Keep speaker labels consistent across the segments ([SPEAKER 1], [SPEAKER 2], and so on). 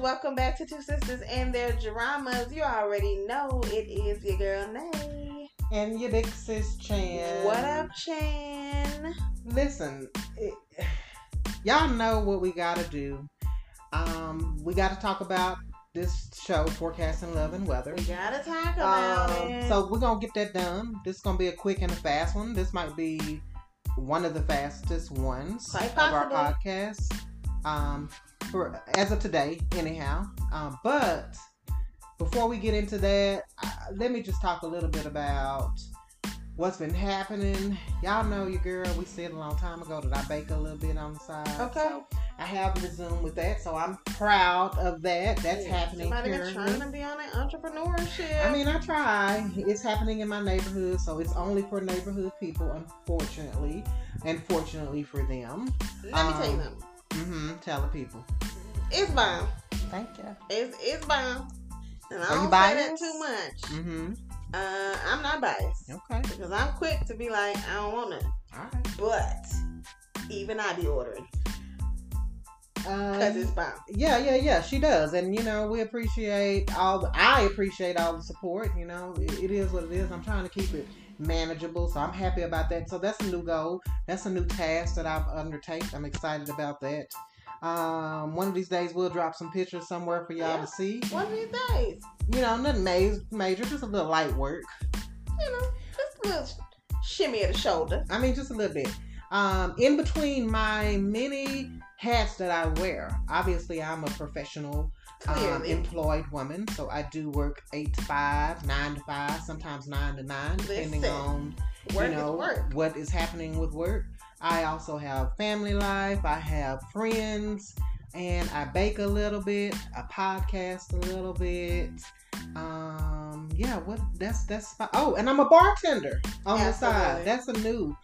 [SPEAKER 1] welcome back to Two Sisters and Their Dramas. You already know it is your girl Nay.
[SPEAKER 2] And your big sis Chan.
[SPEAKER 1] What up, Chan?
[SPEAKER 2] Listen, it, y'all know what we gotta do. Um, we gotta talk about this show, Forecasting Love and Weather.
[SPEAKER 1] We gotta talk about
[SPEAKER 2] Um,
[SPEAKER 1] it.
[SPEAKER 2] So we're gonna get that done. This is gonna be a quick and a fast one. This might be one of the fastest ones
[SPEAKER 1] Quite
[SPEAKER 2] of our
[SPEAKER 1] possibly.
[SPEAKER 2] podcast. Um, for as of today, anyhow. Um, but before we get into that, uh, let me just talk a little bit about what's been happening. Y'all know your girl. We said a long time ago that I bake a little bit on the side.
[SPEAKER 1] okay.
[SPEAKER 2] So I have resumed with that, so I'm proud of that. That's
[SPEAKER 1] Yeah,
[SPEAKER 2] happening.
[SPEAKER 1] Somebody been
[SPEAKER 2] currently.
[SPEAKER 1] trying to be on that entrepreneurship.
[SPEAKER 2] I mean, I try. It's happening in my neighborhood, so it's only for neighborhood people, unfortunately, and fortunately for them.
[SPEAKER 1] let me tell you
[SPEAKER 2] um,
[SPEAKER 1] something.
[SPEAKER 2] Mm-hmm. Tell the people.
[SPEAKER 1] It's bomb.
[SPEAKER 2] Thank you.
[SPEAKER 1] It's it's bomb. And I
[SPEAKER 2] Are you
[SPEAKER 1] don't say that
[SPEAKER 2] biased?
[SPEAKER 1] too much.
[SPEAKER 2] Mm-hmm.
[SPEAKER 1] Uh, I'm not biased
[SPEAKER 2] Okay.
[SPEAKER 1] because I'm quick to be like I don't want to,
[SPEAKER 2] All right.
[SPEAKER 1] but even I be ordering because
[SPEAKER 2] Um,
[SPEAKER 1] it's bomb.
[SPEAKER 2] yeah, yeah, yeah. She does, and you know, we appreciate all. The, I appreciate all the support. You know, it, it is what it is. I'm trying to keep it manageable, so I'm happy about that. So that's a new goal. That's a new task that I've undertaken. I'm excited about that. Um, one of these days, we'll drop some pictures somewhere for y'all
[SPEAKER 1] Yeah.
[SPEAKER 2] to see.
[SPEAKER 1] One of these days,
[SPEAKER 2] you know, nothing major, major, just a little light work.
[SPEAKER 1] you know, just a little sh- shimmy of the shoulder.
[SPEAKER 2] I mean, just a little bit. Um, in between my many hats that I wear, obviously I'm a professional, um,
[SPEAKER 1] Clearly,
[SPEAKER 2] employed woman, so I do work eight to five, nine to five, sometimes nine to nine, depending
[SPEAKER 1] Listen.
[SPEAKER 2] on
[SPEAKER 1] work
[SPEAKER 2] you know
[SPEAKER 1] is work.
[SPEAKER 2] what is happening with work. I also have family life. I have friends, and I bake a little bit. I podcast a little bit. Um, yeah, what that's that's fi- oh, and I'm a bartender on the
[SPEAKER 1] Absolutely.
[SPEAKER 2] side. That's a new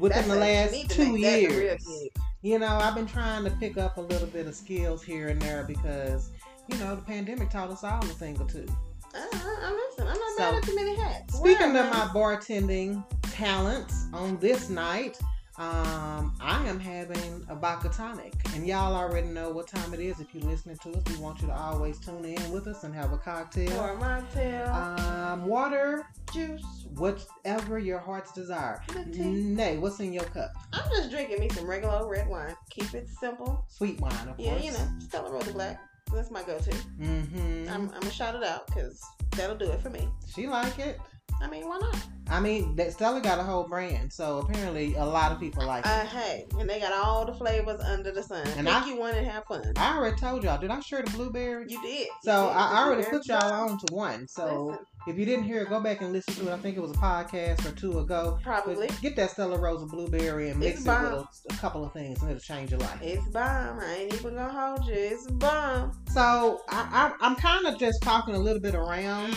[SPEAKER 2] within
[SPEAKER 1] That's
[SPEAKER 2] the
[SPEAKER 1] a- you
[SPEAKER 2] last
[SPEAKER 1] need to
[SPEAKER 2] two
[SPEAKER 1] make that the real
[SPEAKER 2] years.
[SPEAKER 1] gig.
[SPEAKER 2] You know, I've been trying to pick up a little bit of skills here and there because you know the pandemic taught us all a thing or two.
[SPEAKER 1] Uh, uh, uh, listen, I'm not
[SPEAKER 2] So,
[SPEAKER 1] mad at the many hats.
[SPEAKER 2] Speaking
[SPEAKER 1] Whatever.
[SPEAKER 2] of my bartending talents on this night, um, I am having a vodka tonic. And y'all already know what time it is. If you're listening to us, we want you to always tune in with us and have a cocktail.
[SPEAKER 1] or mocktail,
[SPEAKER 2] Um, water,
[SPEAKER 1] juice.
[SPEAKER 2] whatever your heart's desire.
[SPEAKER 1] good tea.
[SPEAKER 2] Nay, what's in your cup?
[SPEAKER 1] I'm just drinking me some regular old red wine. Keep it simple.
[SPEAKER 2] Sweet wine, of
[SPEAKER 1] Yeah,
[SPEAKER 2] course.
[SPEAKER 1] you know, Stella Rosa Black. That's my go-to.
[SPEAKER 2] Mm-hmm.
[SPEAKER 1] I'm, I'm gonna shout it out because that'll do it for me.
[SPEAKER 2] she like it.
[SPEAKER 1] I mean, why not?
[SPEAKER 2] I mean, that Stella got a whole brand, so apparently a lot of people like it.
[SPEAKER 1] Uh, hey, and they got all the flavors under the sun.
[SPEAKER 2] And
[SPEAKER 1] Pick
[SPEAKER 2] I-
[SPEAKER 1] you one and have fun.
[SPEAKER 2] I already told y'all. Did I share the blueberry?
[SPEAKER 1] You did. You
[SPEAKER 2] So
[SPEAKER 1] did.
[SPEAKER 2] I already
[SPEAKER 1] Very
[SPEAKER 2] put y'all on to one. So
[SPEAKER 1] Listen.
[SPEAKER 2] if you didn't hear it, go back and listen to it. I think it was a podcast or two ago. But
[SPEAKER 1] Probably.
[SPEAKER 2] get that Stella Rosa blueberry and mix
[SPEAKER 1] It's
[SPEAKER 2] it with
[SPEAKER 1] bomb.
[SPEAKER 2] a, a couple of things, and it'll change your life.
[SPEAKER 1] It's bomb. I ain't even gonna hold you. It's bomb.
[SPEAKER 2] So I, I, I'm kind of just talking a little bit around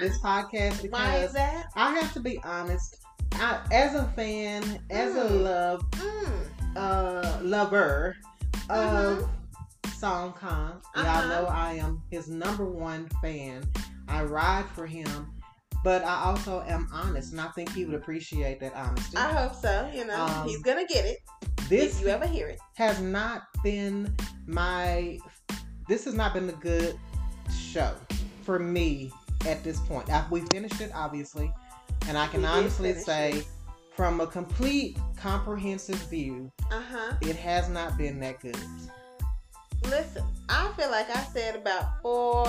[SPEAKER 2] this podcast
[SPEAKER 1] Why is
[SPEAKER 2] Mm-hmm. because
[SPEAKER 1] that?
[SPEAKER 2] I have to be honest. I, as a fan, as a
[SPEAKER 1] Mm.
[SPEAKER 2] love
[SPEAKER 1] Mm.
[SPEAKER 2] uh, lover
[SPEAKER 1] Mhm.
[SPEAKER 2] of Song Khan.
[SPEAKER 1] Uh-huh.
[SPEAKER 2] Y'all know I am his number one fan. I ride for him, but I also am honest, and I think he would appreciate that honesty.
[SPEAKER 1] I hope so. You know,
[SPEAKER 2] Um,
[SPEAKER 1] he's gonna get it
[SPEAKER 2] this
[SPEAKER 1] if you ever hear it.
[SPEAKER 2] has not been my. This has not been a good show for me at this point. I, we finished it, obviously, and I can
[SPEAKER 1] We did
[SPEAKER 2] honestly
[SPEAKER 1] finish
[SPEAKER 2] say,
[SPEAKER 1] it.
[SPEAKER 2] from a complete, comprehensive view,
[SPEAKER 1] Uh huh.
[SPEAKER 2] it has not been that good.
[SPEAKER 1] Listen, I feel like I said about four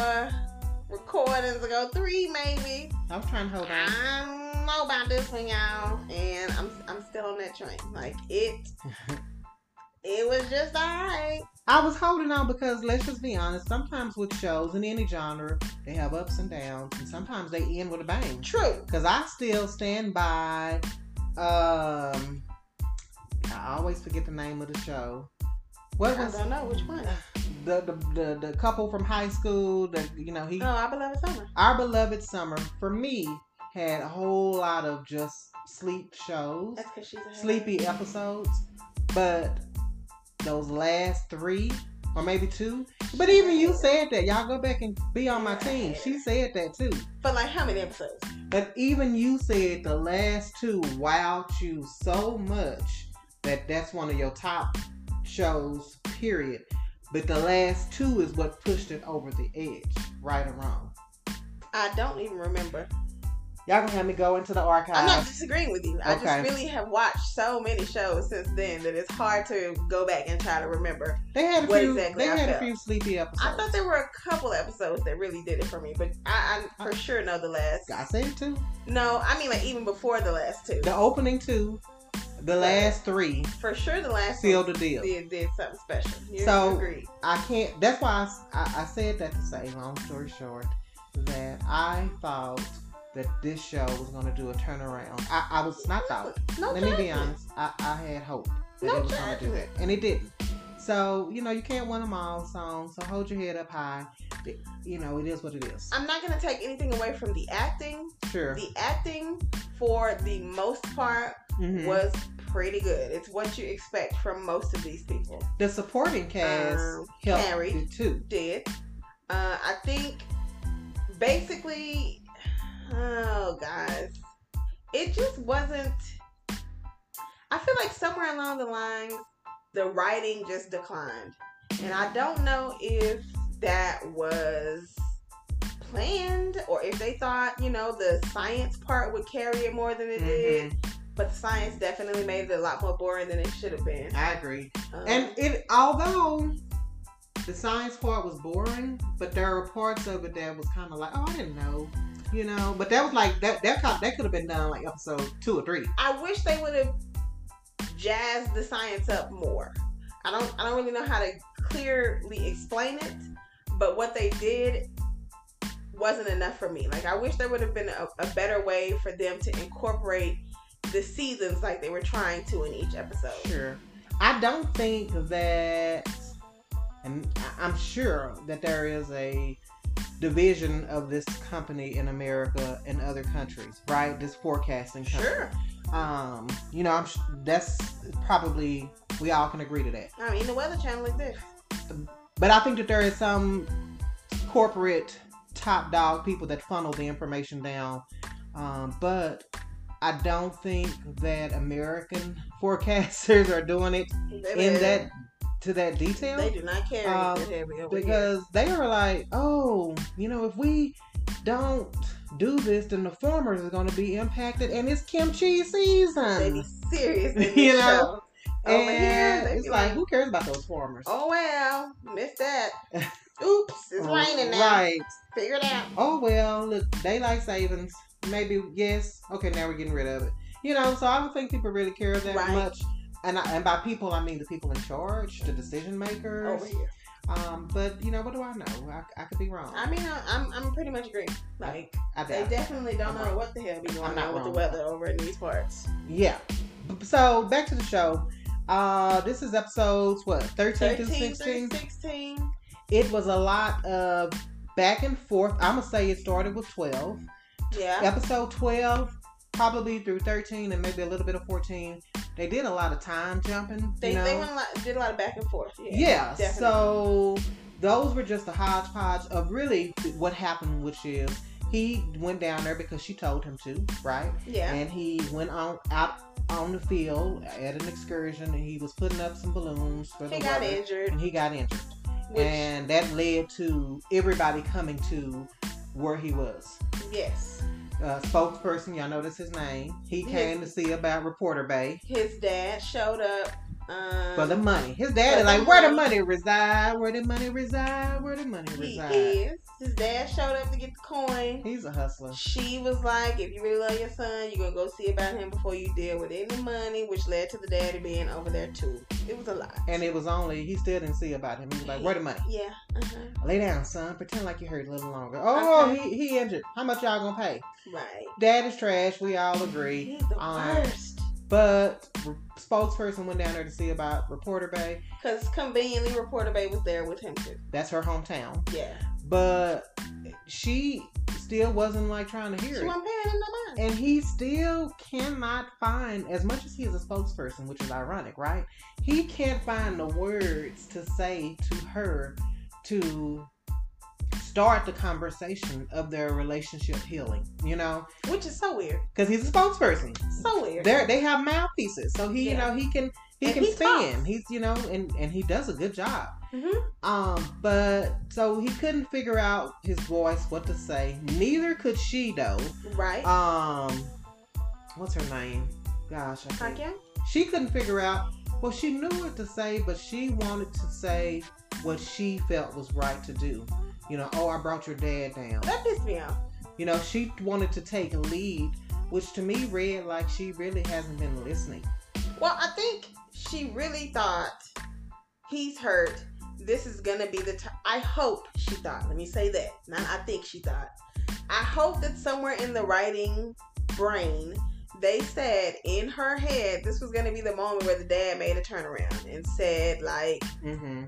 [SPEAKER 1] recordings ago, three maybe.
[SPEAKER 2] I'm trying to hold on.
[SPEAKER 1] I don't know about this one, y'all, and I'm I'm still on that train. Like it, it was just alright.
[SPEAKER 2] I was holding on because let's just be honest. Sometimes with shows in any genre, they have ups and downs, and sometimes they end with a bang.
[SPEAKER 1] True.
[SPEAKER 2] Because I still stand by. Um, I always forget the name of the show. What
[SPEAKER 1] I
[SPEAKER 2] was
[SPEAKER 1] don't know which one.
[SPEAKER 2] the the, the the couple from high school? That you know he
[SPEAKER 1] Oh, I beloved summer.
[SPEAKER 2] our beloved summer for me had a whole lot of just sleep shows,
[SPEAKER 1] That's because she's a
[SPEAKER 2] sleepy episodes, but those last three or maybe two But even you said that. Y'all go back and be on my team. She said that too.
[SPEAKER 1] for like how many episodes?
[SPEAKER 2] But even you said the last two wowed you so much that that's one of your top shows, period. But the last two is what pushed it over the edge, right or wrong.
[SPEAKER 1] I don't even remember.
[SPEAKER 2] Y'all gonna have me go into the
[SPEAKER 1] I'm not
[SPEAKER 2] archives.
[SPEAKER 1] disagreeing with you. I
[SPEAKER 2] Okay.
[SPEAKER 1] just really have watched so many shows since then that it's hard to go back and try to remember.
[SPEAKER 2] They had a
[SPEAKER 1] what
[SPEAKER 2] few.
[SPEAKER 1] exactly
[SPEAKER 2] they
[SPEAKER 1] I
[SPEAKER 2] had a
[SPEAKER 1] felt.
[SPEAKER 2] few sleepy episodes.
[SPEAKER 1] I thought there were a couple episodes that really did it for me, but I, I for sure know the last.
[SPEAKER 2] I said it too.
[SPEAKER 1] No, I mean like even before the last two.
[SPEAKER 2] The opening two, the last three
[SPEAKER 1] For sure, the last
[SPEAKER 2] sealed
[SPEAKER 1] one
[SPEAKER 2] the deal.
[SPEAKER 1] did did something special. You
[SPEAKER 2] So-
[SPEAKER 1] agree?
[SPEAKER 2] I can't. That's why I s- I, I said that to say, long story short, that I thought that this show was going to do a turnaround. I, I was not thought.
[SPEAKER 1] No
[SPEAKER 2] let me be
[SPEAKER 1] judgment.
[SPEAKER 2] honest. I, I had hope that
[SPEAKER 1] No
[SPEAKER 2] it was going to do that,
[SPEAKER 1] judgment.
[SPEAKER 2] and it didn't. So you know, you can't win them all, song. So hold your head up high. It- you know, it is what it is.
[SPEAKER 1] I'm not gonna take anything away from the acting.
[SPEAKER 2] Sure.
[SPEAKER 1] The acting, for the most part,
[SPEAKER 2] Mhm.
[SPEAKER 1] was pretty good. It's what you expect from most of these people.
[SPEAKER 2] the supporting cast
[SPEAKER 1] um,
[SPEAKER 2] helped
[SPEAKER 1] carried.
[SPEAKER 2] it too.
[SPEAKER 1] Did uh, I think basically? Oh, guys, it just wasn't. I feel like somewhere along the line, the writing just declined, and I don't know if that was planned or if they thought you know the science part would carry it more than it did but the science definitely made it a lot more boring than it should have been
[SPEAKER 2] I agree.
[SPEAKER 1] Um,
[SPEAKER 2] And it, although the science part was boring, but there were parts of it that was kind of like, oh, I didn't know, you know. But that was like that. That co- that could have been done like episode two or three.
[SPEAKER 1] I wish they would have jazzed the science up more. I don't I don't really know how to clearly explain it, but what they did wasn't enough for me. Like I wish there would have been a, a better way for them to incorporate the seasons like they were trying to in each episode.
[SPEAKER 2] Sure. I don't think that, and I- I'm sure that there is a division of this company in America and other countries, right? This forecasting company.
[SPEAKER 1] Sure.
[SPEAKER 2] Um, you know, I'm sh- that's probably we all can agree to that.
[SPEAKER 1] I mean the weather channel exists.
[SPEAKER 2] But I think that there is some corporate top dog people that funnel the information down. Um, but I don't think that American forecasters are doing it in that to that detail
[SPEAKER 1] they do not carry
[SPEAKER 2] Um,
[SPEAKER 1] it heavy over here.
[SPEAKER 2] because they were like, oh, you know, if we don't do this, then the farmers are going to be impacted, and it's
[SPEAKER 1] They be
[SPEAKER 2] kimchi season.
[SPEAKER 1] serious, in
[SPEAKER 2] You
[SPEAKER 1] this
[SPEAKER 2] know?
[SPEAKER 1] show. Over here,
[SPEAKER 2] And
[SPEAKER 1] they
[SPEAKER 2] it's
[SPEAKER 1] be
[SPEAKER 2] like, who cares about those farmers?
[SPEAKER 1] Oh well, missed that. Oops, it's raining now.
[SPEAKER 2] Oh, Right.
[SPEAKER 1] Figure it out.
[SPEAKER 2] oh well, look, daylight savings. Maybe yes. Okay, now we're getting rid of it. You know, so I don't think people really care that
[SPEAKER 1] Right.
[SPEAKER 2] much. And I, and by people, I mean the people in charge, the decision makers.
[SPEAKER 1] Over here.
[SPEAKER 2] Um, but you know, what do I know? I, I could be wrong.
[SPEAKER 1] I mean, I- I'm I'm pretty much agree. Like
[SPEAKER 2] I
[SPEAKER 1] they
[SPEAKER 2] doubt. it.
[SPEAKER 1] definitely don't
[SPEAKER 2] I'm
[SPEAKER 1] know what the hell be
[SPEAKER 2] Uh-huh.
[SPEAKER 1] going
[SPEAKER 2] I'm not
[SPEAKER 1] on with the
[SPEAKER 2] wrong.
[SPEAKER 1] weather over in these parts.
[SPEAKER 2] Yeah. B- So back to the show. Uh, this is episodes what thirteen
[SPEAKER 1] 13
[SPEAKER 2] through
[SPEAKER 1] through
[SPEAKER 2] sixteen.
[SPEAKER 1] 16.
[SPEAKER 2] It was a lot of back and forth. I'm gonna say it started with twelve.
[SPEAKER 1] Yeah.
[SPEAKER 2] episode 12 probably through 13 and maybe a little bit of 14 they did a lot of time jumping
[SPEAKER 1] They
[SPEAKER 2] you know?
[SPEAKER 1] they went a lot, did a lot of back and forth. Yeah.
[SPEAKER 2] yeah
[SPEAKER 1] definitely.
[SPEAKER 2] so those were just a hodgepodge of really what happened which is he went down there because she told him to right
[SPEAKER 1] Yeah.
[SPEAKER 2] and he went on out on the field at an excursion and he was putting up some balloons for
[SPEAKER 1] He
[SPEAKER 2] the
[SPEAKER 1] got
[SPEAKER 2] weather,
[SPEAKER 1] injured,
[SPEAKER 2] and he got injured
[SPEAKER 1] which
[SPEAKER 2] and that led to everybody coming to where he was
[SPEAKER 1] yes,
[SPEAKER 2] uh, spokesperson. Y'all notice his name. He came to see about Reporter Bay
[SPEAKER 1] his dad showed up. Um,
[SPEAKER 2] for the money. His dad
[SPEAKER 1] For
[SPEAKER 2] is
[SPEAKER 1] the
[SPEAKER 2] like, where the
[SPEAKER 1] money.
[SPEAKER 2] money reside? Where the money reside? Where the money
[SPEAKER 1] he
[SPEAKER 2] reside?
[SPEAKER 1] is. His dad showed up to get the coin.
[SPEAKER 2] He's a hustler.
[SPEAKER 1] She was like, if you really love your son, you're gonna go see about him before you deal with any money, which led to the daddy being over there too. It was a lot.
[SPEAKER 2] And it was only he still didn't see about him. He was like, where the money?
[SPEAKER 1] yeah, uh-huh.
[SPEAKER 2] Lay down, son. Pretend like you hurt a little longer. Oh,
[SPEAKER 1] Okay.
[SPEAKER 2] he he injured. How much y'all gonna pay?
[SPEAKER 1] right.
[SPEAKER 2] Dad is trash. We all agree.
[SPEAKER 1] He's the
[SPEAKER 2] Um,
[SPEAKER 1] worst.
[SPEAKER 2] But re- spokesperson went down there to see about Reporter Bay.
[SPEAKER 1] Because conveniently, Reporter Bay was there with him too.
[SPEAKER 2] That's her hometown.
[SPEAKER 1] Yeah.
[SPEAKER 2] But she still wasn't like trying to hear
[SPEAKER 1] She
[SPEAKER 2] it.
[SPEAKER 1] wasn't paying him no mind.
[SPEAKER 2] and he still cannot find as much as he is a spokesperson which is ironic right he can't find the words to say to her to start the conversation of their relationship healing you know
[SPEAKER 1] Which is so weird.
[SPEAKER 2] because he's a spokesperson
[SPEAKER 1] So weird.
[SPEAKER 2] They're, they have mouthpieces so he you
[SPEAKER 1] Yeah.
[SPEAKER 2] know he can He
[SPEAKER 1] And
[SPEAKER 2] can
[SPEAKER 1] he
[SPEAKER 2] spin.
[SPEAKER 1] talks.
[SPEAKER 2] He's you know, and and he does a good job.
[SPEAKER 1] Mhm.
[SPEAKER 2] Um, but so he couldn't figure out his voice, what to say. Neither could she though.
[SPEAKER 1] Right.
[SPEAKER 2] Um, what's her name? Gosh, I can't.
[SPEAKER 1] Kanye?
[SPEAKER 2] She couldn't figure out. Well, she knew what to say, but she wanted to say what she felt was right to do. You know, oh, I brought your dad down.
[SPEAKER 1] That pissed me off.
[SPEAKER 2] You know, she wanted to take lead, which to me read like she really hasn't been listening.
[SPEAKER 1] Well, I think she really thought he's hurt. This is gonna be the time. I hope she thought. Let me say that. Not I think she thought. I hope that somewhere in the writing brain, they said in her head this was gonna be the moment where the dad made a turnaround and said like,
[SPEAKER 2] Mm-hmm.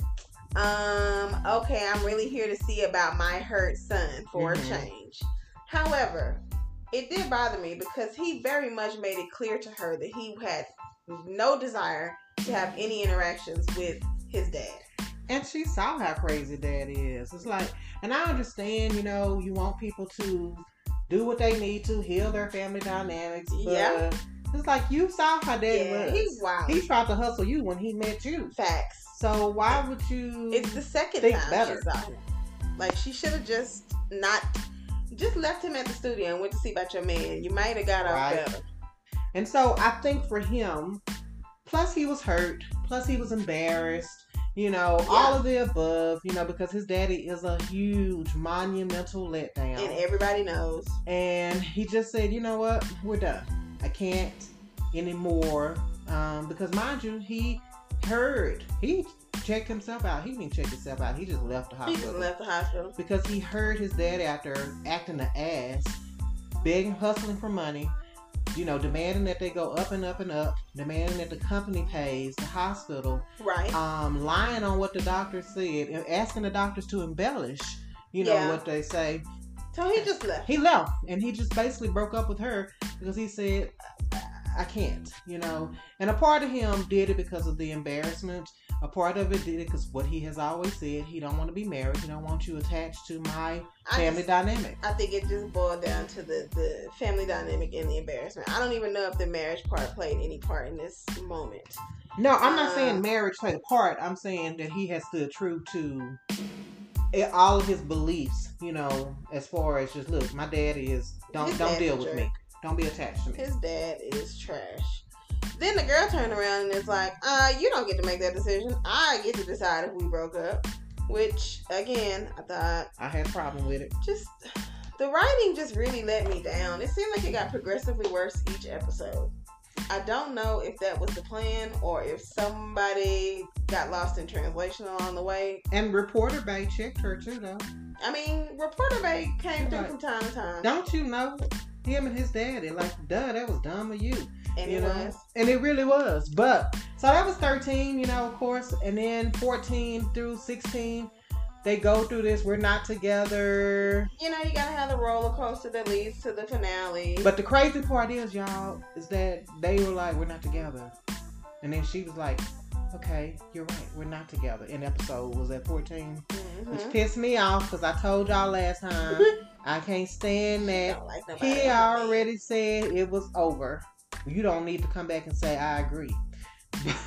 [SPEAKER 1] um, okay, I'm really here to see about my hurt son for
[SPEAKER 2] Mhm.
[SPEAKER 1] a change. However, it did bother me because he very much made it clear to her that he had no desire to have any interactions with his dad.
[SPEAKER 2] And she saw how crazy dad is. It's like, and I understand, you know, you want people to do what they need to heal their family dynamics. But
[SPEAKER 1] Yeah.
[SPEAKER 2] It's like you saw how dad
[SPEAKER 1] Yeah,
[SPEAKER 2] was.
[SPEAKER 1] he's wild.
[SPEAKER 2] he tried to hustle you when he met you.
[SPEAKER 1] Facts.
[SPEAKER 2] So why would you?
[SPEAKER 1] It's the second
[SPEAKER 2] Think
[SPEAKER 1] time
[SPEAKER 2] better.
[SPEAKER 1] she saw him. Like she should have just not just left him at the studio and went to see about your man. You might have got off
[SPEAKER 2] Right.
[SPEAKER 1] better.
[SPEAKER 2] And so I think for him, plus he was hurt, plus he was embarrassed, you know, all of the above, you know, because his daddy is a huge monumental
[SPEAKER 1] And
[SPEAKER 2] letdown.
[SPEAKER 1] everybody knows.
[SPEAKER 2] And he just said, you know what, we're done. I can't anymore. Um, because mind you, he heard, he checked himself out. He didn't check himself out. He just left the
[SPEAKER 1] He
[SPEAKER 2] hospital
[SPEAKER 1] just left the hospital.
[SPEAKER 2] because he heard his dad after acting the ass, begging, hustling for money, you know, demanding that they go up and up and up, demanding that the company pays, the hospital,
[SPEAKER 1] Right.
[SPEAKER 2] um, lying on what the doctor said, and asking the doctors to embellish, you know,
[SPEAKER 1] Yeah.
[SPEAKER 2] what they say.
[SPEAKER 1] So he just left.
[SPEAKER 2] He left and he just basically broke up with her because he said, "I- I can't, you know. And a part of him did it because of the embarrassment. A part of it did it because what he has always said, he don't want to be married. He don't want you attached to my
[SPEAKER 1] I
[SPEAKER 2] family
[SPEAKER 1] just-
[SPEAKER 2] dynamic.
[SPEAKER 1] I think it just boiled down to the, the family dynamic and the embarrassment. I don't even know if the marriage part played any part in this moment.
[SPEAKER 2] No, I'm not
[SPEAKER 1] Uh,
[SPEAKER 2] saying marriage played a part. I'm saying that he has stood true to it- all of his beliefs. You know, as far as just look, my dad is don't
[SPEAKER 1] His
[SPEAKER 2] don't
[SPEAKER 1] dad's
[SPEAKER 2] deal
[SPEAKER 1] a
[SPEAKER 2] with
[SPEAKER 1] jerk.
[SPEAKER 2] me. Don't be attached to me.
[SPEAKER 1] His dad is trash. Then the girl turned around and is like, uh, you don't get to make that decision. I get to decide if we broke up. Which, again, I thought
[SPEAKER 2] I had a problem with it.
[SPEAKER 1] just the writing just really let me down. It seemed like it got progressively worse each episode. I don't know if that was the plan or if somebody got lost in translation along the way.
[SPEAKER 2] And reporter Bay checked her too, though.
[SPEAKER 1] I mean, reporter Bay came through from time to time.
[SPEAKER 2] Don't you know him and his daddy? Like, duh, that was dumb of you.
[SPEAKER 1] And
[SPEAKER 2] you
[SPEAKER 1] it
[SPEAKER 2] know?
[SPEAKER 1] was.
[SPEAKER 2] And it really was. But so that was 13, you know, of course. And then 14 through 16, they go through this. We're not together.
[SPEAKER 1] You know, you gotta have the roller coaster that leads to the finale.
[SPEAKER 2] But the crazy part is, y'all, is that they were like, we're not together. And then she was like, okay, you're right, we're not together. And episode was at 14, which
[SPEAKER 1] Mhm.
[SPEAKER 2] pissed me off because I told y'all last time, I can't stand that.
[SPEAKER 1] Don't like nobody
[SPEAKER 2] He
[SPEAKER 1] else.
[SPEAKER 2] already said it was over. You don't need to come back and say, I agree.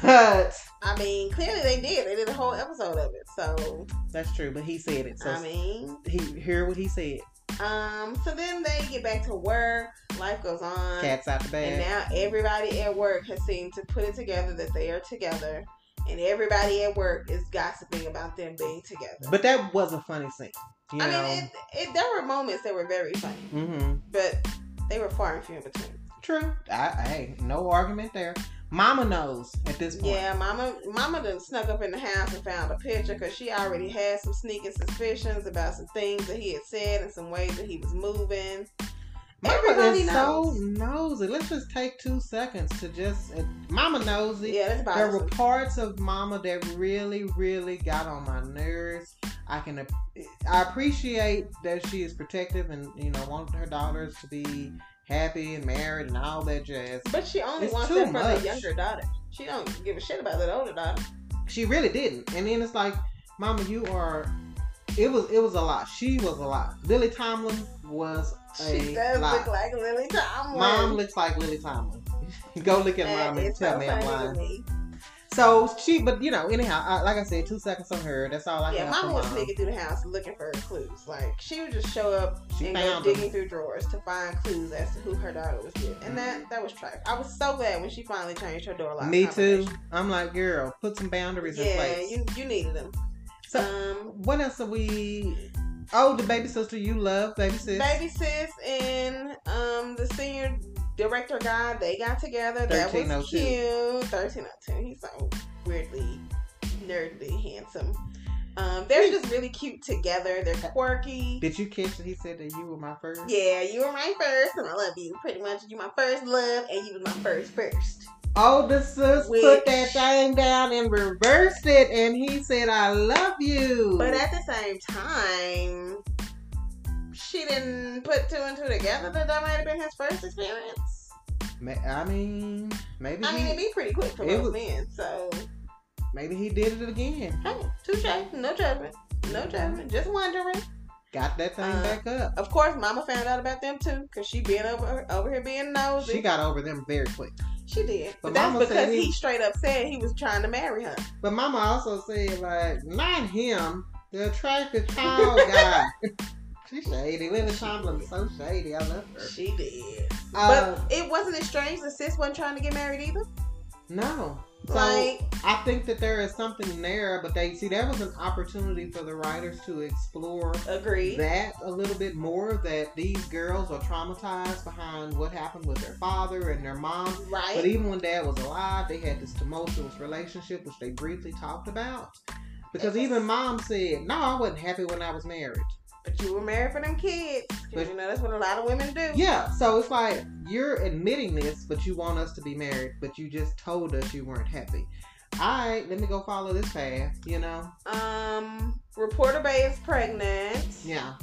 [SPEAKER 2] But
[SPEAKER 1] I mean, clearly they did. They did a whole episode of it. So,
[SPEAKER 2] that's true, but he said it. So
[SPEAKER 1] I mean,
[SPEAKER 2] he hear what he said.
[SPEAKER 1] um, so then they get back to work. Life goes on.
[SPEAKER 2] Cats out the bag.
[SPEAKER 1] uh, And now everybody at work has seemed to put it together that they are together, and everybody at work is gossiping about them being together.
[SPEAKER 2] but that was a funny scene. You
[SPEAKER 1] I
[SPEAKER 2] know?
[SPEAKER 1] mean, it, it, there were moments that were very funny,
[SPEAKER 2] mm-hmm.
[SPEAKER 1] but they were far and few in between.
[SPEAKER 2] True. I, hey, no argument there. Mama knows at this point.
[SPEAKER 1] Yeah, Mama, Mama done snuck up in the house and found a picture because she already had some sneaking suspicions about some things that he had said and some ways that he was moving.
[SPEAKER 2] Mama
[SPEAKER 1] Everybody
[SPEAKER 2] is
[SPEAKER 1] knows.
[SPEAKER 2] so nosy. Let's just take two seconds to just. Uh, Mama nosy.
[SPEAKER 1] Yeah, that's
[SPEAKER 2] There were
[SPEAKER 1] bothersome.
[SPEAKER 2] parts of Mama that really, really got on my nerves. I can, ap- I appreciate that she is protective and you know wants her daughters to be happy and married and all that jazz.
[SPEAKER 1] But she only
[SPEAKER 2] It's
[SPEAKER 1] wants
[SPEAKER 2] too
[SPEAKER 1] that for
[SPEAKER 2] much.
[SPEAKER 1] the younger daughter. She don't give a shit about that older daughter.
[SPEAKER 2] She really didn't. And then it's like, Mama, you are. It was it was a lot. She was a lot. Lily Tomlin was a
[SPEAKER 1] She does
[SPEAKER 2] lot.
[SPEAKER 1] look like Lily Tomlin.
[SPEAKER 2] Mom looks like Lily Tomlin. Go look at
[SPEAKER 1] That
[SPEAKER 2] mom and
[SPEAKER 1] is
[SPEAKER 2] tell
[SPEAKER 1] so
[SPEAKER 2] me I'm
[SPEAKER 1] funny to
[SPEAKER 2] lying.
[SPEAKER 1] me.
[SPEAKER 2] So she, but you know, anyhow, I, like I said, two seconds on her. That's all I
[SPEAKER 1] yeah,
[SPEAKER 2] have. for
[SPEAKER 1] mama was
[SPEAKER 2] mom.
[SPEAKER 1] sneaking through the house looking for clues. Like she would just show up
[SPEAKER 2] She
[SPEAKER 1] and go
[SPEAKER 2] found 'em.
[SPEAKER 1] digging through drawers to find clues as to who her daughter was with, and that that was trash. I was so glad when she finally changed her door lock.
[SPEAKER 2] Me too.
[SPEAKER 1] combination.
[SPEAKER 2] I'm like, girl, put some boundaries in
[SPEAKER 1] Yeah,
[SPEAKER 2] place.
[SPEAKER 1] you you needed them.
[SPEAKER 2] So-
[SPEAKER 1] um,
[SPEAKER 2] What else are we? Oh, the baby sister you love, baby sis.
[SPEAKER 1] baby sis and um the senior director guy they got together. That was
[SPEAKER 2] 1302.
[SPEAKER 1] cute. Thirteen oh two. He's so weirdly nerdly handsome. Um, they're just really cute together. They're quirky.
[SPEAKER 2] Did you catch that he said that you were my first?
[SPEAKER 1] Yeah, you were my first, and I love you. Pretty much, you my first love, and you was my first first.
[SPEAKER 2] Older Oh, sis
[SPEAKER 1] Which-
[SPEAKER 2] put that thing down and reversed it, and he said, "I love you."
[SPEAKER 1] But at the same time, she didn't put two and two together that that might have been his first experience.
[SPEAKER 2] Ma- I mean, maybe
[SPEAKER 1] I
[SPEAKER 2] he,
[SPEAKER 1] mean, it'd be pretty quick for
[SPEAKER 2] It
[SPEAKER 1] most
[SPEAKER 2] was-
[SPEAKER 1] men. So,
[SPEAKER 2] maybe he did it again.
[SPEAKER 1] hey, touche. No judgment. No judgment. Just wondering.
[SPEAKER 2] Got that thing
[SPEAKER 1] Uh,
[SPEAKER 2] back up.
[SPEAKER 1] Of course, Mama found out about them too, cause she been over over here being nosy.
[SPEAKER 2] She got over them very quick.
[SPEAKER 1] She did, but,
[SPEAKER 2] But
[SPEAKER 1] that's
[SPEAKER 2] Mama said
[SPEAKER 1] because he
[SPEAKER 2] he-
[SPEAKER 1] straight up said he was trying to marry her.
[SPEAKER 2] But Mama also said, like, not him, the attractive tall guy. She's shady. Linda Tomlin is so shady. I love her.
[SPEAKER 1] She did.
[SPEAKER 2] Uh,
[SPEAKER 1] but it wasn't as strange that sis wasn't trying to get married either.
[SPEAKER 2] no. So
[SPEAKER 1] like,
[SPEAKER 2] I think that there is something there, but they see there was an opportunity for the writers to explore
[SPEAKER 1] agreed.
[SPEAKER 2] that a little bit more. That these girls are traumatized behind what happened with their father and their mom.
[SPEAKER 1] right.
[SPEAKER 2] But even when dad was alive, they had this tumultuous relationship, which they briefly talked about. Because even mom said, No, I wasn't happy when I was married.
[SPEAKER 1] but you were married for them kids. 'cause
[SPEAKER 2] But-
[SPEAKER 1] you know that's what a lot of women do.
[SPEAKER 2] Yeah, so it's like you're admitting this, but you want us to be married, but you just told us you weren't happy. All right, let me go follow this path, you know?
[SPEAKER 1] Um, reporter Bay is pregnant.
[SPEAKER 2] Yeah.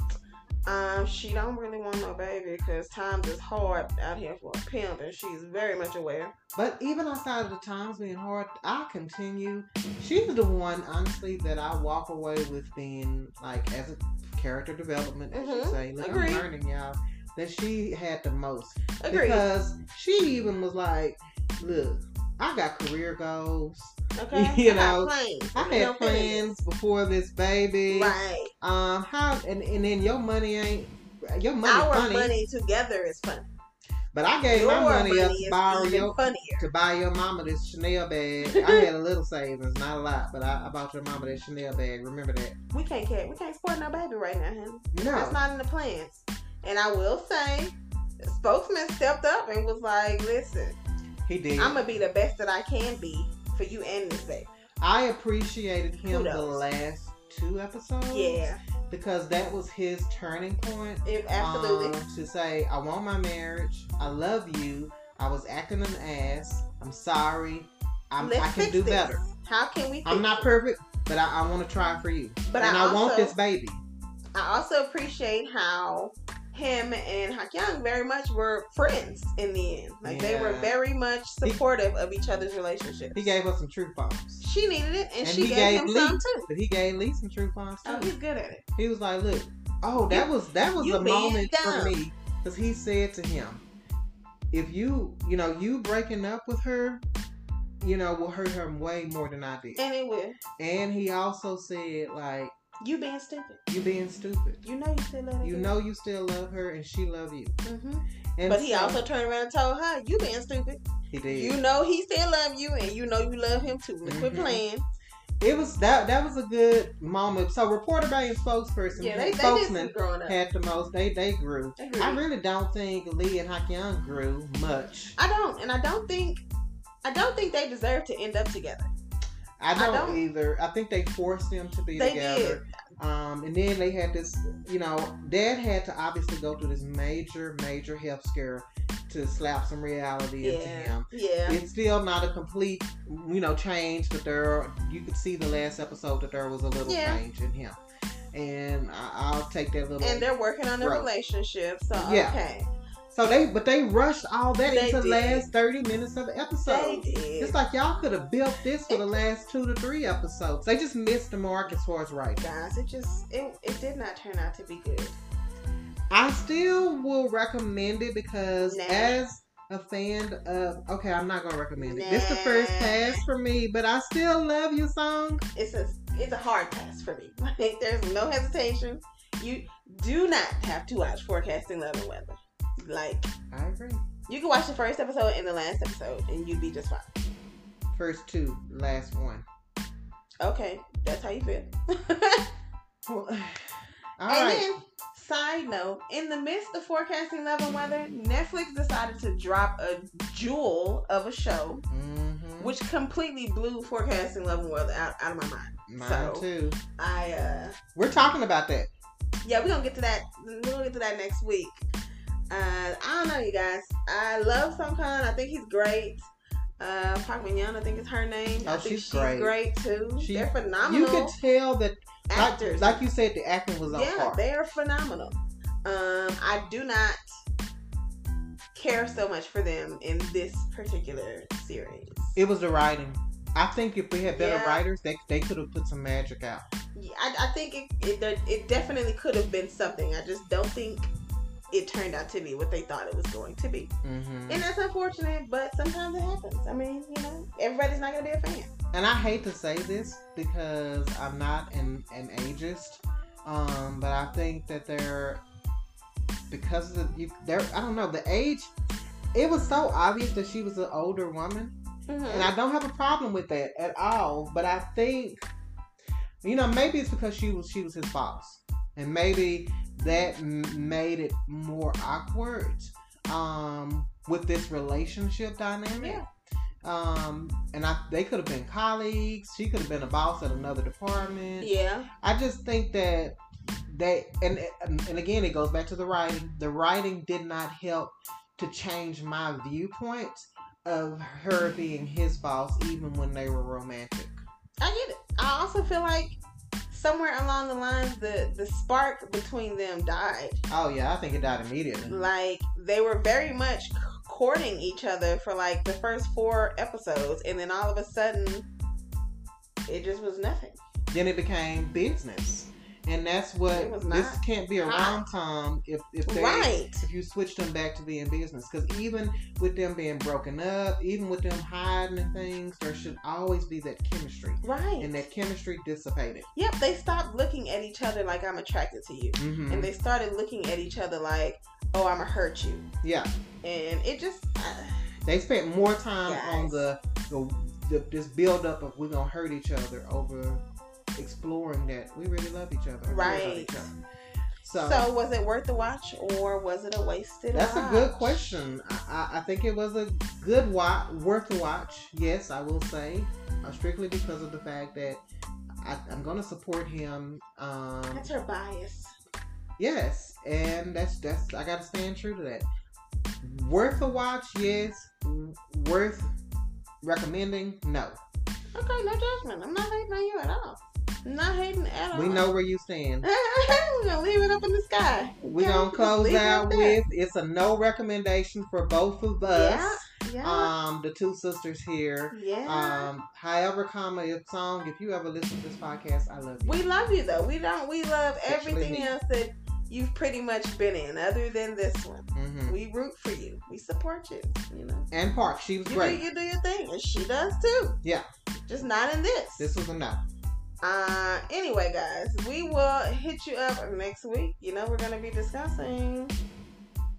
[SPEAKER 1] Um, she don't really want no baby because times is hard out here for a pimp, and she's very much aware.
[SPEAKER 2] But even outside of the times being hard, I continue. She's the one, honestly, that I walk away with being like as a character development, as you
[SPEAKER 1] Mhm,
[SPEAKER 2] say. Like,
[SPEAKER 1] agreed.
[SPEAKER 2] I'm learning, y'all, that she had the most.
[SPEAKER 1] Agreed.
[SPEAKER 2] Because she even was like, look, I got career goals.
[SPEAKER 1] okay.
[SPEAKER 2] you
[SPEAKER 1] I got
[SPEAKER 2] know,
[SPEAKER 1] plans.
[SPEAKER 2] I
[SPEAKER 1] You know,
[SPEAKER 2] had plans before this baby.
[SPEAKER 1] Right.
[SPEAKER 2] Um, how and, and then your money ain't your money
[SPEAKER 1] Our
[SPEAKER 2] funny,
[SPEAKER 1] money together is fun.
[SPEAKER 2] but I gave my money, up to
[SPEAKER 1] is
[SPEAKER 2] borrow
[SPEAKER 1] even
[SPEAKER 2] your
[SPEAKER 1] funnier.
[SPEAKER 2] to buy your mama this Chanel bag. I had a little savings, not a lot, but I, I bought your mama that Chanel bag. Remember that?
[SPEAKER 1] We can't care. We can't support no baby right now, honey. That's
[SPEAKER 2] No,
[SPEAKER 1] not in the plans. And I will say, the spokesman stepped up and was like, listen,
[SPEAKER 2] he did.
[SPEAKER 1] I'm going to be the best that I can be for you and this baby.
[SPEAKER 2] I appreciated him the
[SPEAKER 1] Kudos.
[SPEAKER 2] last two episodes.
[SPEAKER 1] Yeah,
[SPEAKER 2] because that was his turning point.
[SPEAKER 1] it, absolutely.
[SPEAKER 2] um, to say, I want my marriage. I love you. I was acting an ass. I'm sorry. I'm,
[SPEAKER 1] Let's
[SPEAKER 2] I can
[SPEAKER 1] fix
[SPEAKER 2] do
[SPEAKER 1] this.
[SPEAKER 2] better.
[SPEAKER 1] How can we fix
[SPEAKER 2] I'm not
[SPEAKER 1] it?
[SPEAKER 2] perfect, but I, I want to try for you.
[SPEAKER 1] But
[SPEAKER 2] and
[SPEAKER 1] I
[SPEAKER 2] I, want
[SPEAKER 1] also-
[SPEAKER 2] this baby.
[SPEAKER 1] I also appreciate how him and Hakyung very much were friends in the end. Like they were
[SPEAKER 2] Yeah.
[SPEAKER 1] very much supportive of each other's relationship.
[SPEAKER 2] He gave us some truth bombs.
[SPEAKER 1] she needed it, and,
[SPEAKER 2] And
[SPEAKER 1] she
[SPEAKER 2] he
[SPEAKER 1] gave,
[SPEAKER 2] gave
[SPEAKER 1] him
[SPEAKER 2] Lee.
[SPEAKER 1] some too.
[SPEAKER 2] But he gave Lee some truth bombs too.
[SPEAKER 1] Oh, he's good at it.
[SPEAKER 2] He was like, look, oh, that was that was
[SPEAKER 1] you
[SPEAKER 2] the
[SPEAKER 1] being
[SPEAKER 2] moment
[SPEAKER 1] dumb.
[SPEAKER 2] for me. Because he said to him, if you, you know, you breaking up with her, you know, will hurt her way more than I did.
[SPEAKER 1] And it will.
[SPEAKER 2] And he also said, like,
[SPEAKER 1] You being stupid.
[SPEAKER 2] you being stupid.
[SPEAKER 1] You know you still love
[SPEAKER 2] You know you still love her and she love you.
[SPEAKER 1] hmm
[SPEAKER 2] And
[SPEAKER 1] But he
[SPEAKER 2] so-
[SPEAKER 1] also turned around and told her, "You being stupid.
[SPEAKER 2] he did.
[SPEAKER 1] You know he still love you, and you know you love him too. Now Quit
[SPEAKER 2] Mhm.
[SPEAKER 1] playing."
[SPEAKER 2] it was that that was a good moment. So reporter by and spokesperson,
[SPEAKER 1] Yeah, they, they did some
[SPEAKER 2] spokesman
[SPEAKER 1] growing up.
[SPEAKER 2] had the most. They they grew.
[SPEAKER 1] They grew.
[SPEAKER 2] I really don't think Lee and Hakyung grew much.
[SPEAKER 1] I don't, and I don't think, I don't think they deserve to end up together.
[SPEAKER 2] I don't,
[SPEAKER 1] don't-
[SPEAKER 2] either. I think they forced them to be
[SPEAKER 1] They
[SPEAKER 2] together. Um, and then they had this. You know, Dad had to obviously go through this major major health scare to slap some reality into him.
[SPEAKER 1] Yeah, yeah.
[SPEAKER 2] it's still not a complete you know change but there are, you could see the last episode that there was a little
[SPEAKER 1] Yeah.
[SPEAKER 2] change in him and I, i'll take that little
[SPEAKER 1] And they're working on their
[SPEAKER 2] Right.
[SPEAKER 1] relationship, so
[SPEAKER 2] Yeah.
[SPEAKER 1] okay,
[SPEAKER 2] so they but they rushed all that
[SPEAKER 1] They
[SPEAKER 2] into the
[SPEAKER 1] did.
[SPEAKER 2] last 30 minutes of the
[SPEAKER 1] they
[SPEAKER 2] episode
[SPEAKER 1] did.
[SPEAKER 2] it's like y'all could have built this for the last two to three episodes they just missed the mark as far as writing
[SPEAKER 1] Guys, it just it, it did not turn out to be good.
[SPEAKER 2] i still will recommend it because
[SPEAKER 1] Nah.
[SPEAKER 2] as a fan of. Okay, I'm not gonna recommend it. This the first pass for me, but I still love you song.
[SPEAKER 1] It's a it's a hard pass for me. Like there's no hesitation. You do not have to watch forecasting love and weather. Like
[SPEAKER 2] I agree.
[SPEAKER 1] you can watch the first episode and the last episode, and you'd be just fine.
[SPEAKER 2] First two, last one.
[SPEAKER 1] Okay, that's how you feel.
[SPEAKER 2] Well, all
[SPEAKER 1] and
[SPEAKER 2] right.
[SPEAKER 1] then, side note, in the midst of forecasting love and weather, Netflix decided to drop a jewel of a show,
[SPEAKER 2] Mhm.
[SPEAKER 1] which completely blew forecasting love and weather out, out of my mind.
[SPEAKER 2] Mine
[SPEAKER 1] so-
[SPEAKER 2] too.
[SPEAKER 1] I uh
[SPEAKER 2] We're talking about that.
[SPEAKER 1] yeah, we're gonna get to that we're gonna get to that next week. Uh I don't know you guys. I love Songkhan, I think he's great. Uh Park Min Young, I think is her name.
[SPEAKER 2] Oh,
[SPEAKER 1] I think
[SPEAKER 2] she's great.
[SPEAKER 1] too.
[SPEAKER 2] She-
[SPEAKER 1] They're
[SPEAKER 2] You
[SPEAKER 1] phenomenal
[SPEAKER 2] could tell that, like,
[SPEAKER 1] actors.
[SPEAKER 2] like you said, the acting was on
[SPEAKER 1] yeah,
[SPEAKER 2] par.
[SPEAKER 1] they are phenomenal. Um, I do not care so much for them in this particular series.
[SPEAKER 2] It was the writing. I think if we had better
[SPEAKER 1] Yeah.
[SPEAKER 2] writers, they, they could have put some magic out.
[SPEAKER 1] Yeah, I, I think it, it there- it definitely could have been something. I just don't think it turned out to be what they thought it was going to be,
[SPEAKER 2] hmm
[SPEAKER 1] and that's unfortunate. But sometimes it happens. I mean, you know, everybody's not gonna be a fan.
[SPEAKER 2] And I hate to say this because I'm not an, an ageist, um, but I think that they're because of the you, they're I don't know the age. It was so obvious that she was an older woman, and I don't have a problem with that at all. But I think you know maybe it's because she was she was his boss, and maybe that m- made it more awkward um, with this relationship dynamic.
[SPEAKER 1] Yeah.
[SPEAKER 2] Um, and I, they could have been colleagues. She could have been a boss at another department.
[SPEAKER 1] yeah,
[SPEAKER 2] I just think that they and and again it goes back to the writing. The writing did not help to change my viewpoint of her being his boss, even when they were romantic.
[SPEAKER 1] I get it. I also feel like somewhere along the lines, the the spark between them died.
[SPEAKER 2] Oh yeah, I think it died immediately.
[SPEAKER 1] like they were very much courting each other for like the first four episodes and then all of a sudden it just was nothing
[SPEAKER 2] Then it became business, and that's
[SPEAKER 1] It was
[SPEAKER 2] what
[SPEAKER 1] not
[SPEAKER 2] this can't be a
[SPEAKER 1] hot.
[SPEAKER 2] rom com if if they
[SPEAKER 1] right
[SPEAKER 2] if you switch them back to being business. Because even with them being broken up, even with them hiding and things, there should always be that chemistry.
[SPEAKER 1] right
[SPEAKER 2] And that chemistry dissipated.
[SPEAKER 1] yep they stopped looking at each other like i'm attracted to you
[SPEAKER 2] Mm-hmm.
[SPEAKER 1] and they started looking at each other like oh i'ma hurt you
[SPEAKER 2] yeah,
[SPEAKER 1] and it just uh,
[SPEAKER 2] they spent more time
[SPEAKER 1] Yes.
[SPEAKER 2] on the, the, the this buildup of we're gonna hurt each other over exploring that we really love each other. or care about
[SPEAKER 1] Right.
[SPEAKER 2] each other.
[SPEAKER 1] so,
[SPEAKER 2] So,
[SPEAKER 1] was it worth the watch or was it a wasted
[SPEAKER 2] that's a
[SPEAKER 1] watch?
[SPEAKER 2] good question. I, I, I think it was a good watch, worth the watch. Yes, I will say, uh, strictly because of the fact that I, I'm gonna support him. Um,
[SPEAKER 1] that's her bias
[SPEAKER 2] Yes, and that's that's I gotta stand true to that. Worth a watch, yes. W- Worth recommending, no.
[SPEAKER 1] okay no judgment i'm not hating on you at all not hating at all
[SPEAKER 2] We know where you stand.
[SPEAKER 1] we're gonna leave it up in the sky
[SPEAKER 2] We
[SPEAKER 1] Okay,
[SPEAKER 2] gonna
[SPEAKER 1] just
[SPEAKER 2] close
[SPEAKER 1] leave it at
[SPEAKER 2] out
[SPEAKER 1] that.
[SPEAKER 2] with it's a no recommendation for both of us.
[SPEAKER 1] uh,
[SPEAKER 2] Um, the two sisters here.
[SPEAKER 1] yeah.
[SPEAKER 2] Um, however, comma if song, if you ever listen to this podcast, I love you.
[SPEAKER 1] we love you though. We don't. We love
[SPEAKER 2] Especially
[SPEAKER 1] everything
[SPEAKER 2] me.
[SPEAKER 1] else that you've pretty much been in, other than this one.
[SPEAKER 2] hmm
[SPEAKER 1] We root for you. We support you. You know.
[SPEAKER 2] And Park, she was
[SPEAKER 1] You
[SPEAKER 2] great.
[SPEAKER 1] do you do your thing, and she does too.
[SPEAKER 2] Yeah.
[SPEAKER 1] Just not in this.
[SPEAKER 2] This was a no.
[SPEAKER 1] Uh. Anyway, guys, we will hit you up next week. You know, we're gonna be discussing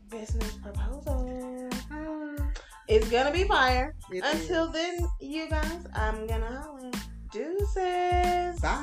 [SPEAKER 1] business proposal. Uh, It's gonna be fire.
[SPEAKER 2] It is.
[SPEAKER 1] Until then, you guys, I'm gonna holler. Deuces.
[SPEAKER 2] Bye.